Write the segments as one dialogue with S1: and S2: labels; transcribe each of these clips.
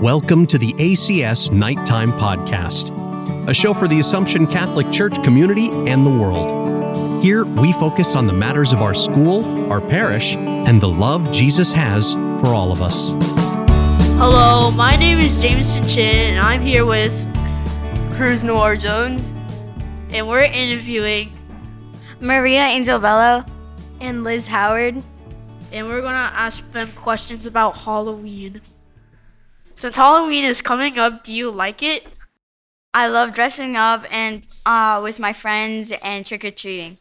S1: Welcome to the ACS Nighttime Podcast, a show for the Assumption Catholic Church community and the world. Here, we focus on the matters of our school, our parish, and the love Jesus has for all of us.
S2: Hello, my name is Jameson Chin, and I'm here with,
S3: Cruz Noir Jones.
S2: and we're interviewing,
S4: Maria Angel Bello and Liz Howard.
S2: and we're gonna ask them questions about Halloween. Since Halloween is coming up, do you like it?
S4: I love dressing up and uh, with my friends and trick or treating.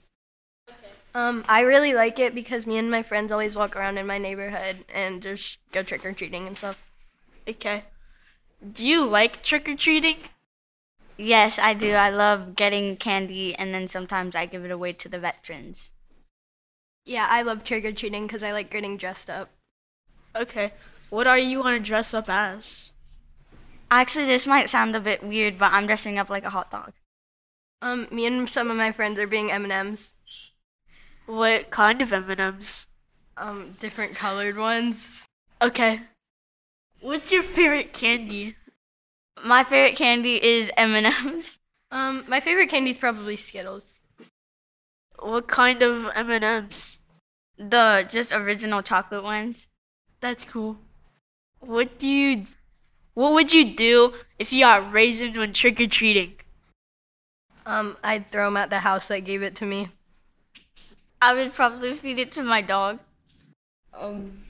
S3: Um, I really like it because me and my friends always walk around in my neighborhood and just go trick or treating and stuff.
S2: Okay. Do you like trick or treating?
S4: Yes, I do. I love getting candy and then sometimes I give it away to the veterans.
S3: Yeah, I love trick or treating because I like getting dressed up.
S2: Okay. What are you gonna dress up as?
S4: Actually, this might sound a bit weird, but I'm dressing up like a hot dog.
S3: Um, me and some of my friends are being M and M's,
S2: What kind of M&Ms?
S3: um, different colored ones.
S2: Okay. What's your favorite candy?
S4: My favorite candy is M&M's.
S3: Um, my favorite candy's probably Skittles.
S2: What kind of M&Ms?
S4: The just original chocolate ones.
S2: That's cool. What do you What would you do if you got raisins when trick or treating?
S3: Um, I'd throw them at the house that gave it to me.
S4: I would probably feed it to my dog.
S5: Um,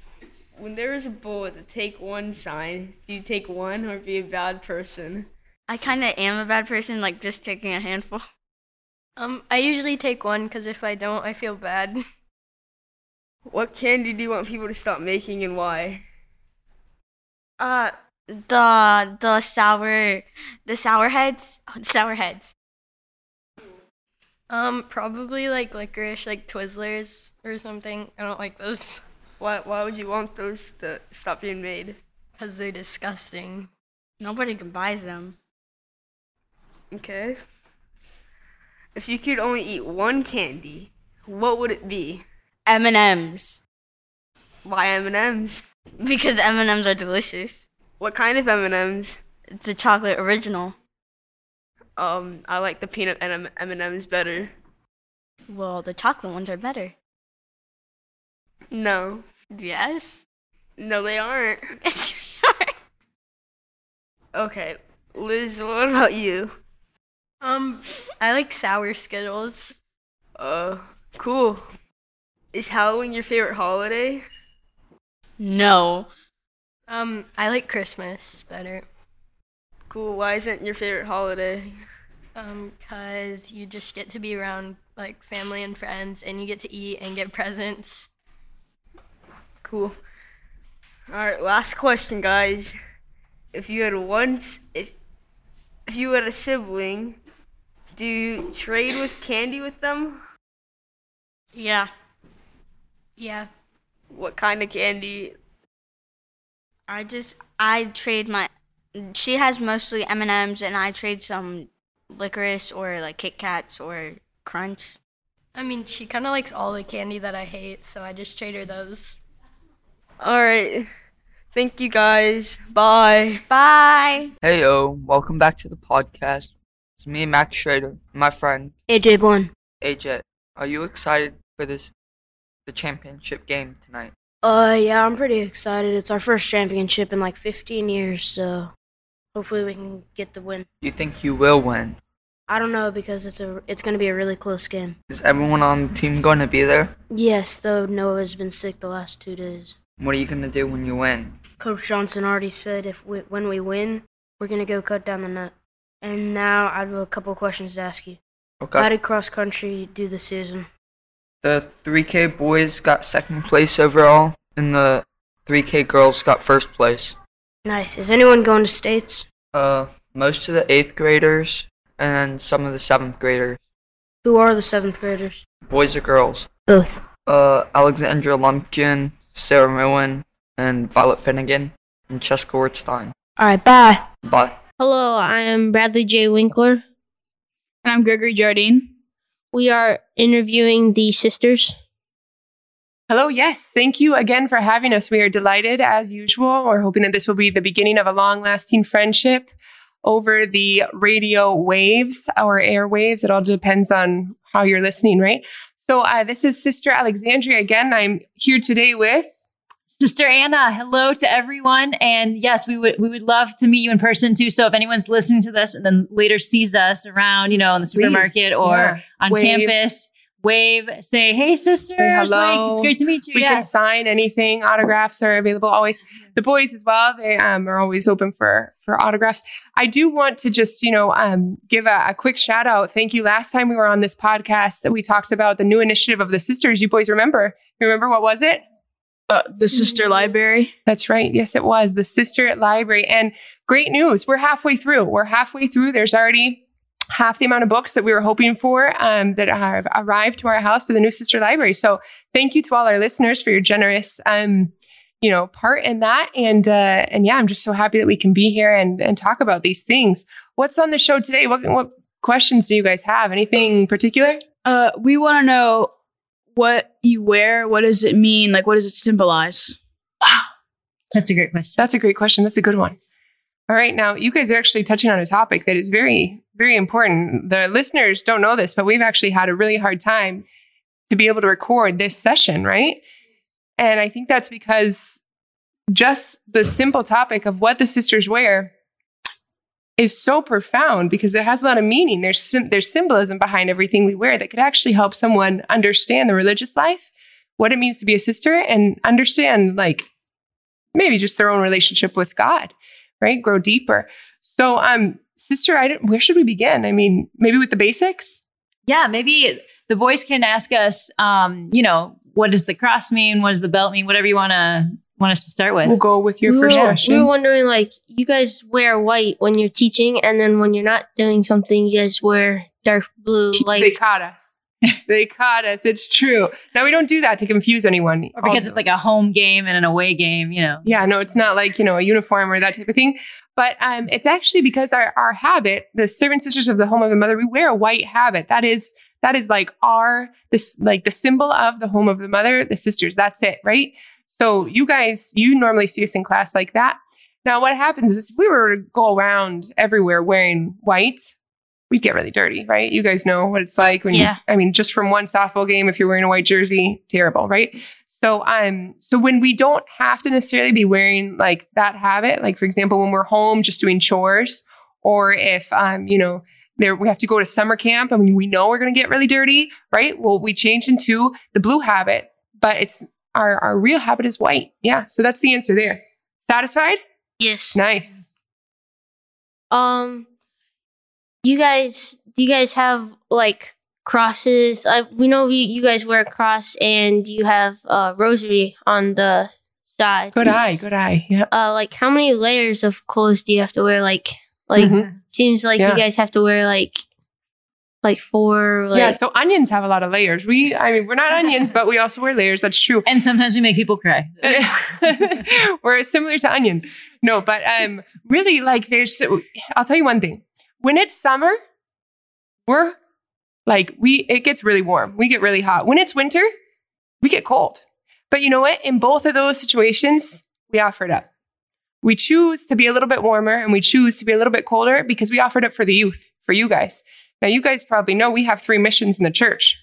S5: when there is a bull with a take one sign, do you take one or be a bad person?
S4: I kind of am a bad person, like just taking a handful.
S3: Um, I usually take one because if I don't, I feel bad.
S5: What candy do you want people to stop making and why?
S4: Uh, the the sour the sour heads sour heads.
S3: Um, probably like licorice, like Twizzlers or something. I don't like those
S5: Why, why would you want those to stop being made?
S3: because they're disgusting.
S4: Nobody can buy them.
S5: Okay. If you could only eat one candy, what would it be?
S4: M and M's
S5: Why M&Ms?
S4: because M and M's are delicious.
S5: What kind of M&Ms?
S4: The chocolate original.
S5: Um, I like the peanut M- M&Ms better.
S4: Well, the chocolate ones are better.
S5: No.
S4: Yes.
S5: No, they aren't. Okay. Liz, what about you?
S3: Um, I like sour Skittles.
S5: Uh, cool. Is Halloween your favorite holiday?
S4: no,
S3: Um, I like Christmas better.
S5: Cool. Why isn't your favorite holiday?
S3: Um, cause you just get to be around like family and friends, and you get to eat and get presents.
S5: Cool. All right, last question, guys. If you had one, s- if if you had a sibling, do you trade with candy with them?
S4: Yeah.
S3: Yeah.
S5: What kind of candy?
S4: I just I trade my. She has mostly M and M's, and I trade some licorice or like Kit Kats or Crunch.
S3: I mean, she kind of likes all the candy that I hate, so I just trade her those.
S5: All right. Thank you, guys. Bye.
S4: Bye.
S6: Hey yo, welcome back to the podcast. It's me, Max Schrader, and my friend
S7: AJ Bourne.
S6: AJ. Are you excited for this the championship game tonight?
S7: Uh, yeah, I'm pretty excited. It's our first championship in like 15 years, so hopefully we can get the win.
S6: You think you will win?
S7: I don't know because it's a it's gonna be a really close game.
S6: Is everyone on the team going to be there?
S7: Yes, though Noah's been sick the last two days.
S6: What are you going to do when you win?
S7: Coach Johnson already said if we, when we win, we're gonna go cut down the nut. And now I have a couple questions to ask you.
S6: Okay.
S7: How did cross country do this season?
S6: the 3K boys got second place overall, and the 3K girls got first place.
S7: Nice. Is anyone going to states?
S6: Uh, most of the eighth graders, and then some of the seventh graders,
S7: Who are the seventh graders?
S6: boys or girls.
S7: Both.
S6: uh, Alexandra Lumpkin, Sarah Moen, and Violet Finnegan, and Cheska Wertstein.
S7: All right. Bye.
S6: Bye.
S8: Hello, I am Bradley J. Winkler.
S9: And I'm Gregory Jardine.
S8: We are interviewing the sisters. Hello, yes. Thank you again for having us. We are delighted as usual. We're hoping that this will be the beginning of a long lasting friendship over the radio waves, our airwaves. It all depends on how you're listening, right? So, uh, this is Sister Alexandria again. I'm here today with.
S10: Sister Anna, hello to everyone. And yes, we would we would love to meet you in person too. So if anyone's listening to this and then later sees us around, you know, in the
S8: Please,
S10: supermarket or
S8: yeah.
S10: on
S8: Wave.
S10: campus, wave, say, hey sisters,
S8: hello.
S10: like it's great to meet you.
S8: We can
S10: yes.
S8: sign anything. Autographs are available always. The boys as well. They um, are always open for for autographs. I do want to just you know um, give a, a quick shout out. Thank you. Last time we were on this podcast, that we talked about the new initiative of the sisters. You boys remember? You remember what was it?
S11: Uh, the sister library.
S8: That's right. Yes, it was the sister at library. And great news. We're halfway through. We're halfway through. There's already half the amount of books that we were hoping for um, that have arrived to our house for the new sister library. So thank you to all our listeners for your generous, um, you know, part in that. And uh, and yeah, I'm just so happy that we can be here and and talk about these things. What's on the show today? What what questions do you guys have? Anything particular?
S11: Uh, we want to know what you wear. What does it mean? Like, what does it symbolize?
S10: That's a great question.
S8: That's a great question. That's a good one. All right, now you guys are actually touching on a topic that is very, very important. The listeners don't know this, but we've actually had a really hard time to be able to record this session, right? And I think that's because just the simple topic of what the sisters wear is so profound because it has a lot of meaning. There's sym there's symbolism behind everything we wear that could actually help someone understand the religious life, what it means to be a sister, and understand like maybe just their own relationship with God, right? Grow deeper. So, um, sister, I don't, where should we begin? I mean, maybe with the basics.
S10: Yeah, maybe the boys can ask us, um, you know, what does the cross mean? What does the belt mean? Whatever you wanna want us to start with.
S8: We'll go with your
S10: We
S8: first
S10: will- we
S8: question.
S7: We were wondering, like, you guys wear white when you're teaching, and then when you're not doing something, you guys wear dark blue.
S8: they
S7: Like,
S8: caught us. they caught us. It's true. Now we don't do that to confuse anyone.
S10: Or because it's like a home game and an away game, you know.
S8: Yeah, no, it's not like, you know, a uniform or that type of thing. But um, it's actually because our, our habit, the servant sisters of the home of the mother, we wear a white habit. That is that is like our this like the symbol of the home of the mother, the sisters. That's it, right? So you guys, you normally see us in class like that. Now what happens is if we were to go around everywhere wearing white, we'd get really dirty, right? You guys know what it's like when
S10: Yeah.
S8: you I mean, just from one softball game, if you're wearing a white jersey, terrible, right? So um so when we don't have to necessarily be wearing like that habit, like for example, when we're home just doing chores, or if um, you know, there we have to go to summer camp and we know we're gonna get really dirty, right? Well, we change into the blue habit, but it's our our real habit is white. Yeah. So that's the answer there. Satisfied?
S7: yes.
S8: Nice.
S7: Um, you guys, do you guys have like crosses? I we know you, you guys wear a cross, and you have a rosary on the side.
S8: Good eye, good eye. Yeah.
S7: Uh, like how many layers of clothes do you have to wear? Like, like
S11: Mm-hmm.
S8: Mhm.
S7: seems like
S8: Yeah.
S7: you guys have to wear like, like four. Like,
S8: yeah, so onions have a lot of layers. We I mean we're not onions, but we also wear layers. That's true.
S10: And sometimes we make people cry.
S8: We're similar to onions. No, but um, really, like there's. I'll tell you one thing. When it's summer, we're like we. It gets really warm. We get really hot. When it's winter, we get cold. But you know what? In both of those situations, we offered up. We choose to be a little bit warmer and we choose to be a little bit colder because we offered up for the youth, for you guys. Now, you guys probably know we have three missions in the church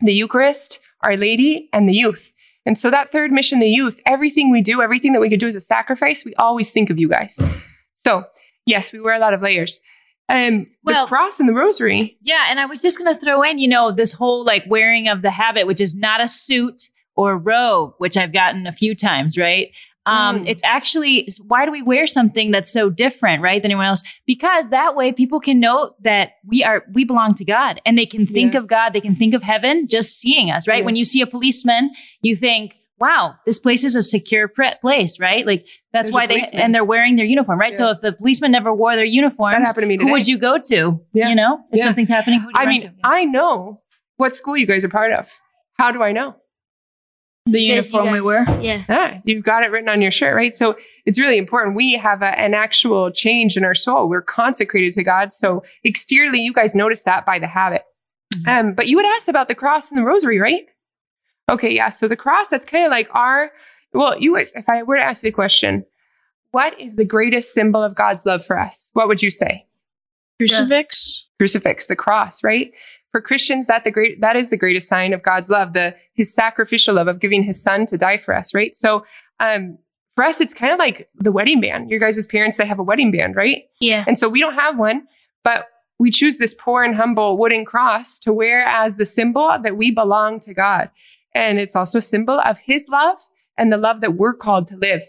S8: the Eucharist, Our Lady, and the youth. And so that third mission, the youth, everything we do, everything that we could do as a sacrifice, we always think of you guys. So yes, we wear a lot of layers. Um,
S10: Well-
S8: the cross and the rosary.
S10: Yeah, and I was just going to throw in, you know, this whole like wearing of the habit, which is not a suit or robe, which I've gotten a few times, right? Um,
S8: Mm.
S10: It's actually it's- why do we wear something that's so different, right, than anyone else? Because that way people can know that we are we belong to God, and they can think
S8: Yeah.
S10: of God, they can think of heaven just seeing us, right?
S8: Yeah.
S10: When you see a policeman, you think, "Wow, this place is a secure pre- place," right? Like that's
S8: There's a
S10: why they
S8: policeman.
S10: and they're wearing their uniform, right?
S8: Yeah.
S10: So if the policeman never wore their uniform,
S8: That happened to me today.
S10: who would you go to?
S8: Yeah.
S10: You know, if
S8: Yeah.
S10: something's happening, who would you
S8: I
S10: run
S8: mean,
S10: to?
S8: I know what school you guys are part of. How do I know?
S11: The
S7: Because you
S11: uniform we
S7: guys-
S11: wear.
S7: Yeah.
S8: Ah, you've got it written on your shirt, right? So it's really important. We have a, an actual change in our soul. We're consecrated to God. So exteriorly, you guys notice that by the habit. Um, but you had asked about the cross and the rosary, right? Okay, yeah. So the cross, that's kind of like our, well, you, if I were to ask you the question, what is the greatest symbol of God's love for us? What would you say?
S11: Crucifix.
S8: Crucifix, the cross, right? For Christians, that the great, that is the greatest sign of God's love, the, his sacrificial love of giving his son to die for us, right? So, um, for us, it's kind of like the wedding band. Your guys' parents, they have a wedding band, right?
S7: Yeah.
S8: And so we don't have one, but we choose this poor and humble wooden cross to wear as the symbol that we belong to God. And it's also a symbol of his love and the love that we're called to live.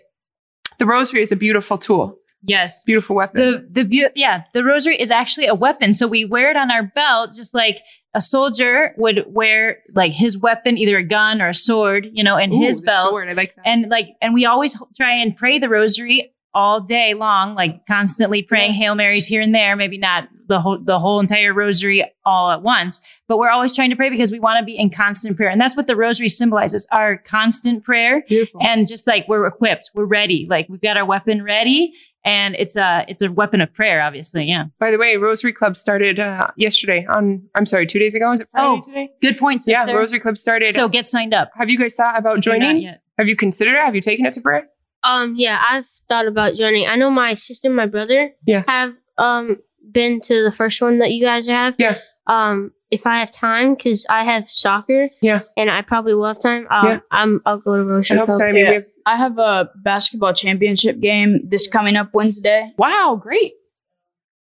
S8: The rosary is a beautiful tool.
S10: Yes.
S8: Beautiful weapon.
S10: The the beau- yeah, the rosary is actually a weapon. So we wear it on our belt just like a soldier would wear like his weapon, either a gun or a sword, you know, in
S8: Ooh,
S10: his
S8: the
S10: belt.
S8: sword, I like
S10: And like and we always h- try and pray the rosary all day long, like constantly praying Hail Marys here and there, maybe not the whole the whole entire rosary all at once, but we're always trying to pray because we want to be in constant prayer. And that's what the rosary symbolizes, our constant prayer. And just like we're equipped, we're ready. Like we've got our weapon ready and it's a it's a weapon of prayer obviously, yeah.
S8: By the way, Rosary Club started uh, yesterday on, I'm sorry, two days ago. Is it Friday
S10: Oh,
S8: today?
S10: Good point, sister.
S8: Yeah, Rosary Club started.
S10: So get signed up.
S8: Have you guys thought about
S10: you're not
S8: Oh, joining?
S10: yet.
S8: Have you considered it? Have you taken it to prayer?
S7: Um, yeah, I've thought about joining. I know my sister, and my brother,
S8: Yeah.
S7: have um been to the first one that you guys have.
S8: Yeah.
S7: Um, if I have time, because I have soccer.
S8: Yeah.
S7: And I probably will have time. Um,
S11: Yeah.
S7: I'm. I'll go to Rosary. Club.
S11: Yeah. I have a basketball championship game this coming up Wednesday.
S8: Wow, great.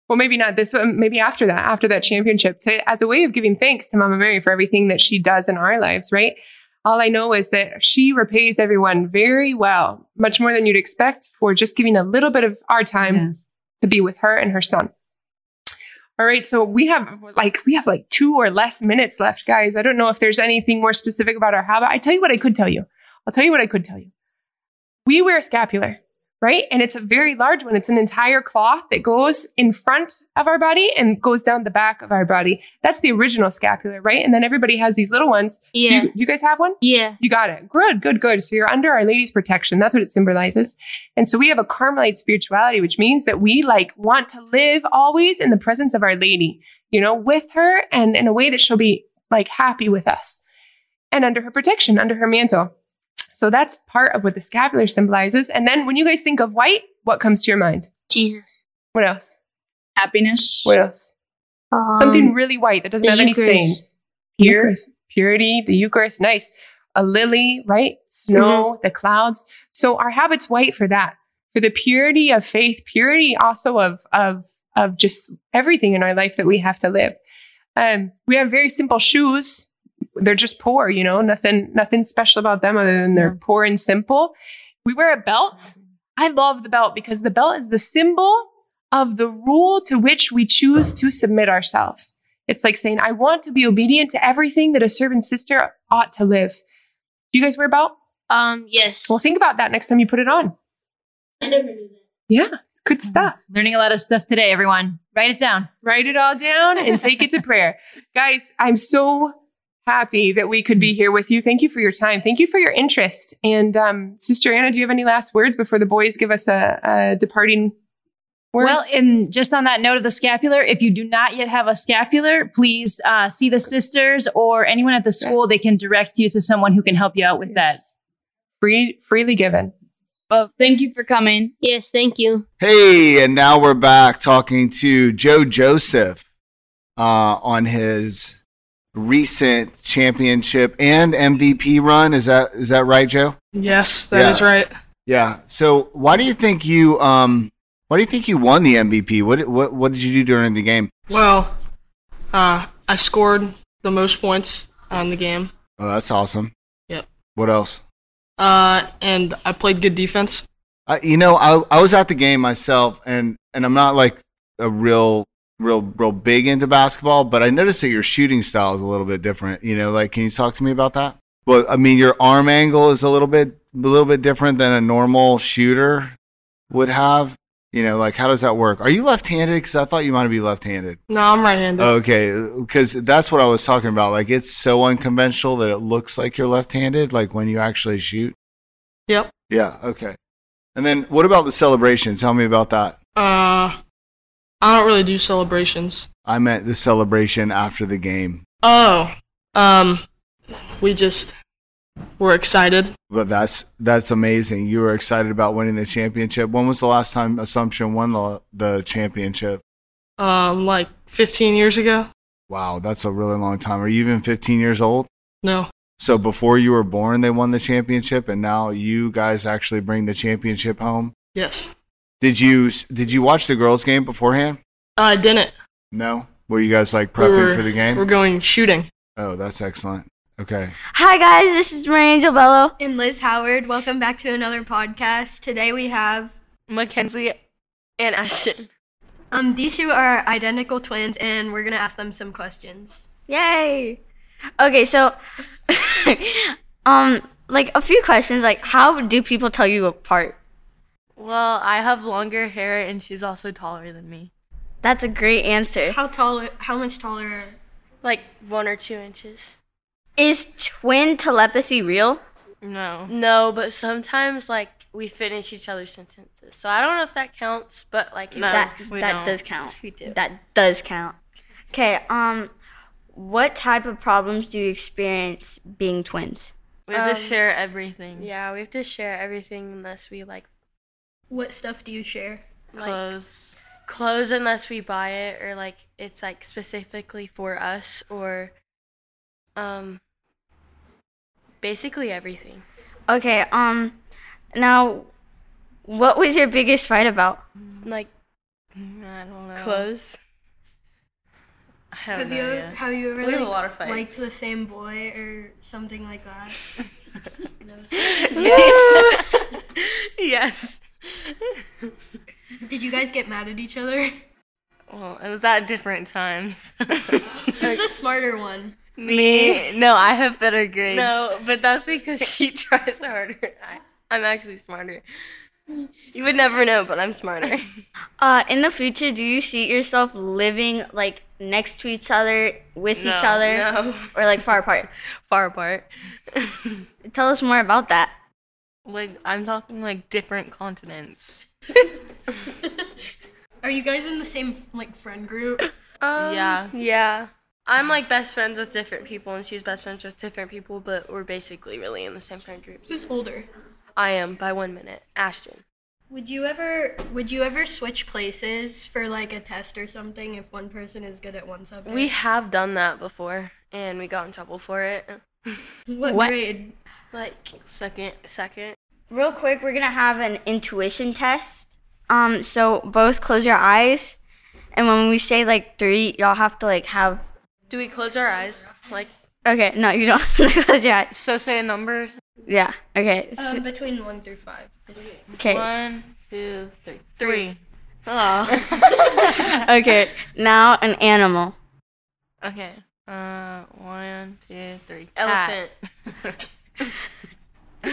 S8: Well, maybe not this one, maybe after that, after that championship, to, as a way of giving thanks to Mama Mary for everything that she does in our lives, right? All I know is that she repays everyone very well, much more than you'd expect for just giving a little bit of our time to be with her and her son. All right, so we have like we have like two or less minutes left, guys. I don't know if there's anything more specific about our habit. I tell you what I could tell you. I'll tell you what I could tell you. We wear a scapular, right? And it's a very large one. It's an entire cloth that goes in front of our body and goes down the back of our body. That's the original scapular, right? And then everybody has these little ones. Do you-
S7: Yeah.
S8: do you guys have one?
S7: Yeah.
S8: You got it. Good, good, good. So you're under Our Lady's protection. That's what it symbolizes. And so we have a Carmelite spirituality, which means that we like want to live always in the presence of Our Lady, you know, with her and in a way that she'll be like happy with us and under her protection, under her mantle. So that's part of what the scapular symbolizes. And then when you guys think of white, what comes to your mind?
S7: Jesus.
S8: What else?
S11: Happiness.
S8: What else?
S7: Um,
S8: Um, Something really white that doesn't
S11: the
S8: have any
S11: Eucharist.
S8: stains. Eucharist. Purity, the Eucharist, nice. A lily, right? Snow,
S11: Mm-hmm.
S8: the clouds. So our habit's white for that. For the purity of faith, purity also of of of just everything in our life that we have to live. Um, we have very simple shoes. They're just poor, you know, nothing, nothing special about them other than they're poor and simple. We wear a belt. I love the belt because the belt is the symbol of the rule to which we choose to submit ourselves. It's like saying, I want to be obedient to everything that a servant sister ought to live. Do you guys wear a belt?
S7: Um, yes.
S8: Well, think about that next time you put it on.
S7: I never knew
S8: Yeah, it's good
S10: Mm-hmm.
S8: stuff.
S10: Learning a lot of stuff today, everyone. Write it down.
S8: Write it all down and take it to prayer. Guys, I'm so happy that we
S10: Mm-hmm.
S8: could be here with you. Thank you for your time. Thank you for your interest. And um, Sister Anna, do you have any last words before the boys give us a, a departing words?
S10: Well, and just on that note of the scapular, if you do not yet have a scapular, please uh, see the sisters or anyone at the school. They can direct you to someone who can help you out with
S8: Free, freely given.
S11: Well, thank you for coming.
S7: Yes, thank you.
S12: Hey, and now we're back talking to Joe Joseph uh, on his recent championship and MVP run. Is that is that right, Joe?
S13: Yes, that is
S12: Yeah.
S13: right.
S12: Yeah. So, why do you think you um why do you think you won the MVP? What what what did you do during the game?
S13: Well, uh, I scored the most points on the game.
S12: Oh, that's awesome.
S13: Yep.
S12: What else?
S13: Uh, and I played good defense.
S12: I, you know, I I was at the game myself, and and I'm not like a real real real big into basketball, but I noticed that your shooting style is a little bit different. You know, like can you talk to me about that? Well, I mean, your arm angle is a little bit a little bit different than a normal shooter would have. You know, like how does that work? Are you left-handed? Because I thought you might be left-handed.
S13: No, I'm right-handed.
S12: Okay, because that's what I was talking about. Like it's so unconventional that it looks like you're left-handed. Like when you actually shoot.
S13: Yep.
S12: Yeah. Okay. And then what about the celebration? Tell me about that.
S13: Uh, I don't really do celebrations.
S12: I meant the celebration after the game.
S13: Oh, um, we Oh, just We're excited.
S12: But that's that's amazing. You were excited about winning the championship. When was the last time Assumption won the the championship?
S13: Um, like 15 years ago.
S12: Wow, that's a really long time. Are you even 15 years old?
S13: No.
S12: So before you were born, they won the championship, and now you guys actually bring the championship home.
S13: Yes.
S12: Did you did you watch the girls' game beforehand?
S13: I didn't.
S12: No. Were you guys like
S13: We
S12: prepping
S13: were-
S12: for the game?
S13: We're going shooting.
S12: oh, that's excellent. Okay.
S4: Hi guys, this is Maria Angel Bello.
S3: And Liz Howard, welcome back to another podcast. Today we have Mackenzie and Ashton. Um, these two are identical twins, and we're gonna ask them some questions.
S4: Yay. Okay, so um like a few questions like how do people tell you apart?
S5: Well, I have longer hair and she's also taller than me.
S4: That's a great answer.
S5: How tall how much taller? Like 1 or 2 inches.
S4: Is twin telepathy real?
S5: No. No, but sometimes like we finish each other's sentences. So I don't know if that counts, but like it
S4: that
S5: does.
S4: that does count.
S5: Yes, we do.
S4: That does count. Okay, um what type of problems do you experience being twins?
S5: we have to
S4: Um,
S5: share everything. Yeah, we have to share everything unless we like
S3: What stuff do you share?
S5: clothes clothes unless we buy it or like it's like specifically for us or um basically everything
S4: Okay, um now what was your biggest fight about?
S5: like i don't know
S4: Clothes?
S5: I don't
S3: Have
S5: know
S3: you
S5: yet.
S3: have you ever
S5: we have a
S3: like,
S5: lot of fights
S3: liked the same boy or something like that?
S5: Yes. yes
S3: Did you guys get mad at each other?
S5: well it was at different times
S3: Who's the smarter one?
S5: me Eh, no i have better grades
S3: No,
S5: but that's because she tries harder I, i'm actually smarter you would never know but i'm smarter
S4: Uh, in the future, do you see yourself living like next to each other, with each
S5: No,
S4: other,
S5: no.
S4: or like far apart?
S5: far apart
S4: Tell us more about that.
S5: Like I'm talking like different continents.
S3: Are you guys in the same like friend group?
S5: yeah. Um, Yeah. I'm like best friends with different people and she's best friends with different people, but we're basically really in the same friend group.
S3: Who's older?
S5: I am by one minute. Ashton.
S3: Would you ever would you ever switch places for like a test or something if one person is good at one subject?
S5: We have done that before and we got in trouble for it.
S3: What grade?
S5: Like second second.
S4: Real quick, we're gonna have an intuition test. Um, so both close your eyes, and when we say like three, y'all have to like have.
S5: Do we close our eyes? Like
S4: Okay, no, you don't have to close your eyes.
S5: So say a number.
S4: Yeah. Okay.
S3: Um, between one through five.
S4: Okay.
S5: One, two, three. Three.
S4: okay. Now an animal.
S5: Okay. Uh one, two, three.
S4: Cat.
S5: Elephant.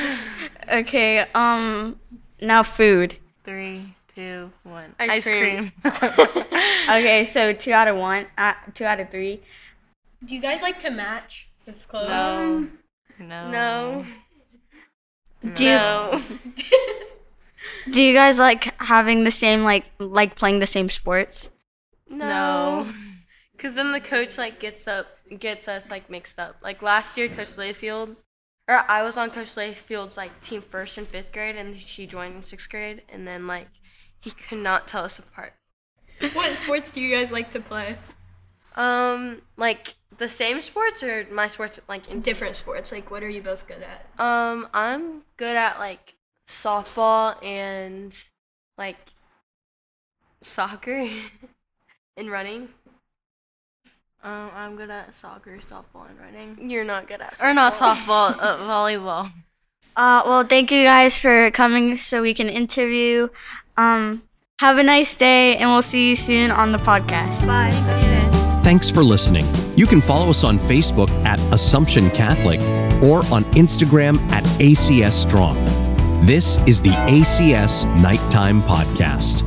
S4: Okay. Um. Now food.
S5: Three, two, one.
S4: Ice
S5: Ice,
S4: cream.
S5: cream.
S4: Okay, so two out of one, uh, two out of three.
S3: Do you guys like to match with clothes?
S5: No. No.
S3: No.
S4: Do you- Do you guys like having the same like like playing the same sports?
S5: No. Cause then the coach like gets up gets us like mixed up. Like last year Coach Layfield or I was on Coach Layfield's like team first and fifth grade and she joined in sixth grade and then like he could not tell us apart.
S3: What sports do you guys like to play?
S5: Um like the same sports or my sports like in
S3: Different sports. Like what are you both good at?
S5: Um, I'm good at like softball and like soccer and running. Um, I'm good at soccer, softball, and running. You're not good at softball. or not softball, uh, volleyball.
S4: Uh, well, thank you guys for coming so we can interview. Um, have a nice day, and we'll see you soon on the podcast.
S3: Bye.
S1: Thanks for listening. You can follow us on Facebook at Assumption Catholic or on Instagram at ACS Strong. This is the ACS Nighttime Podcast.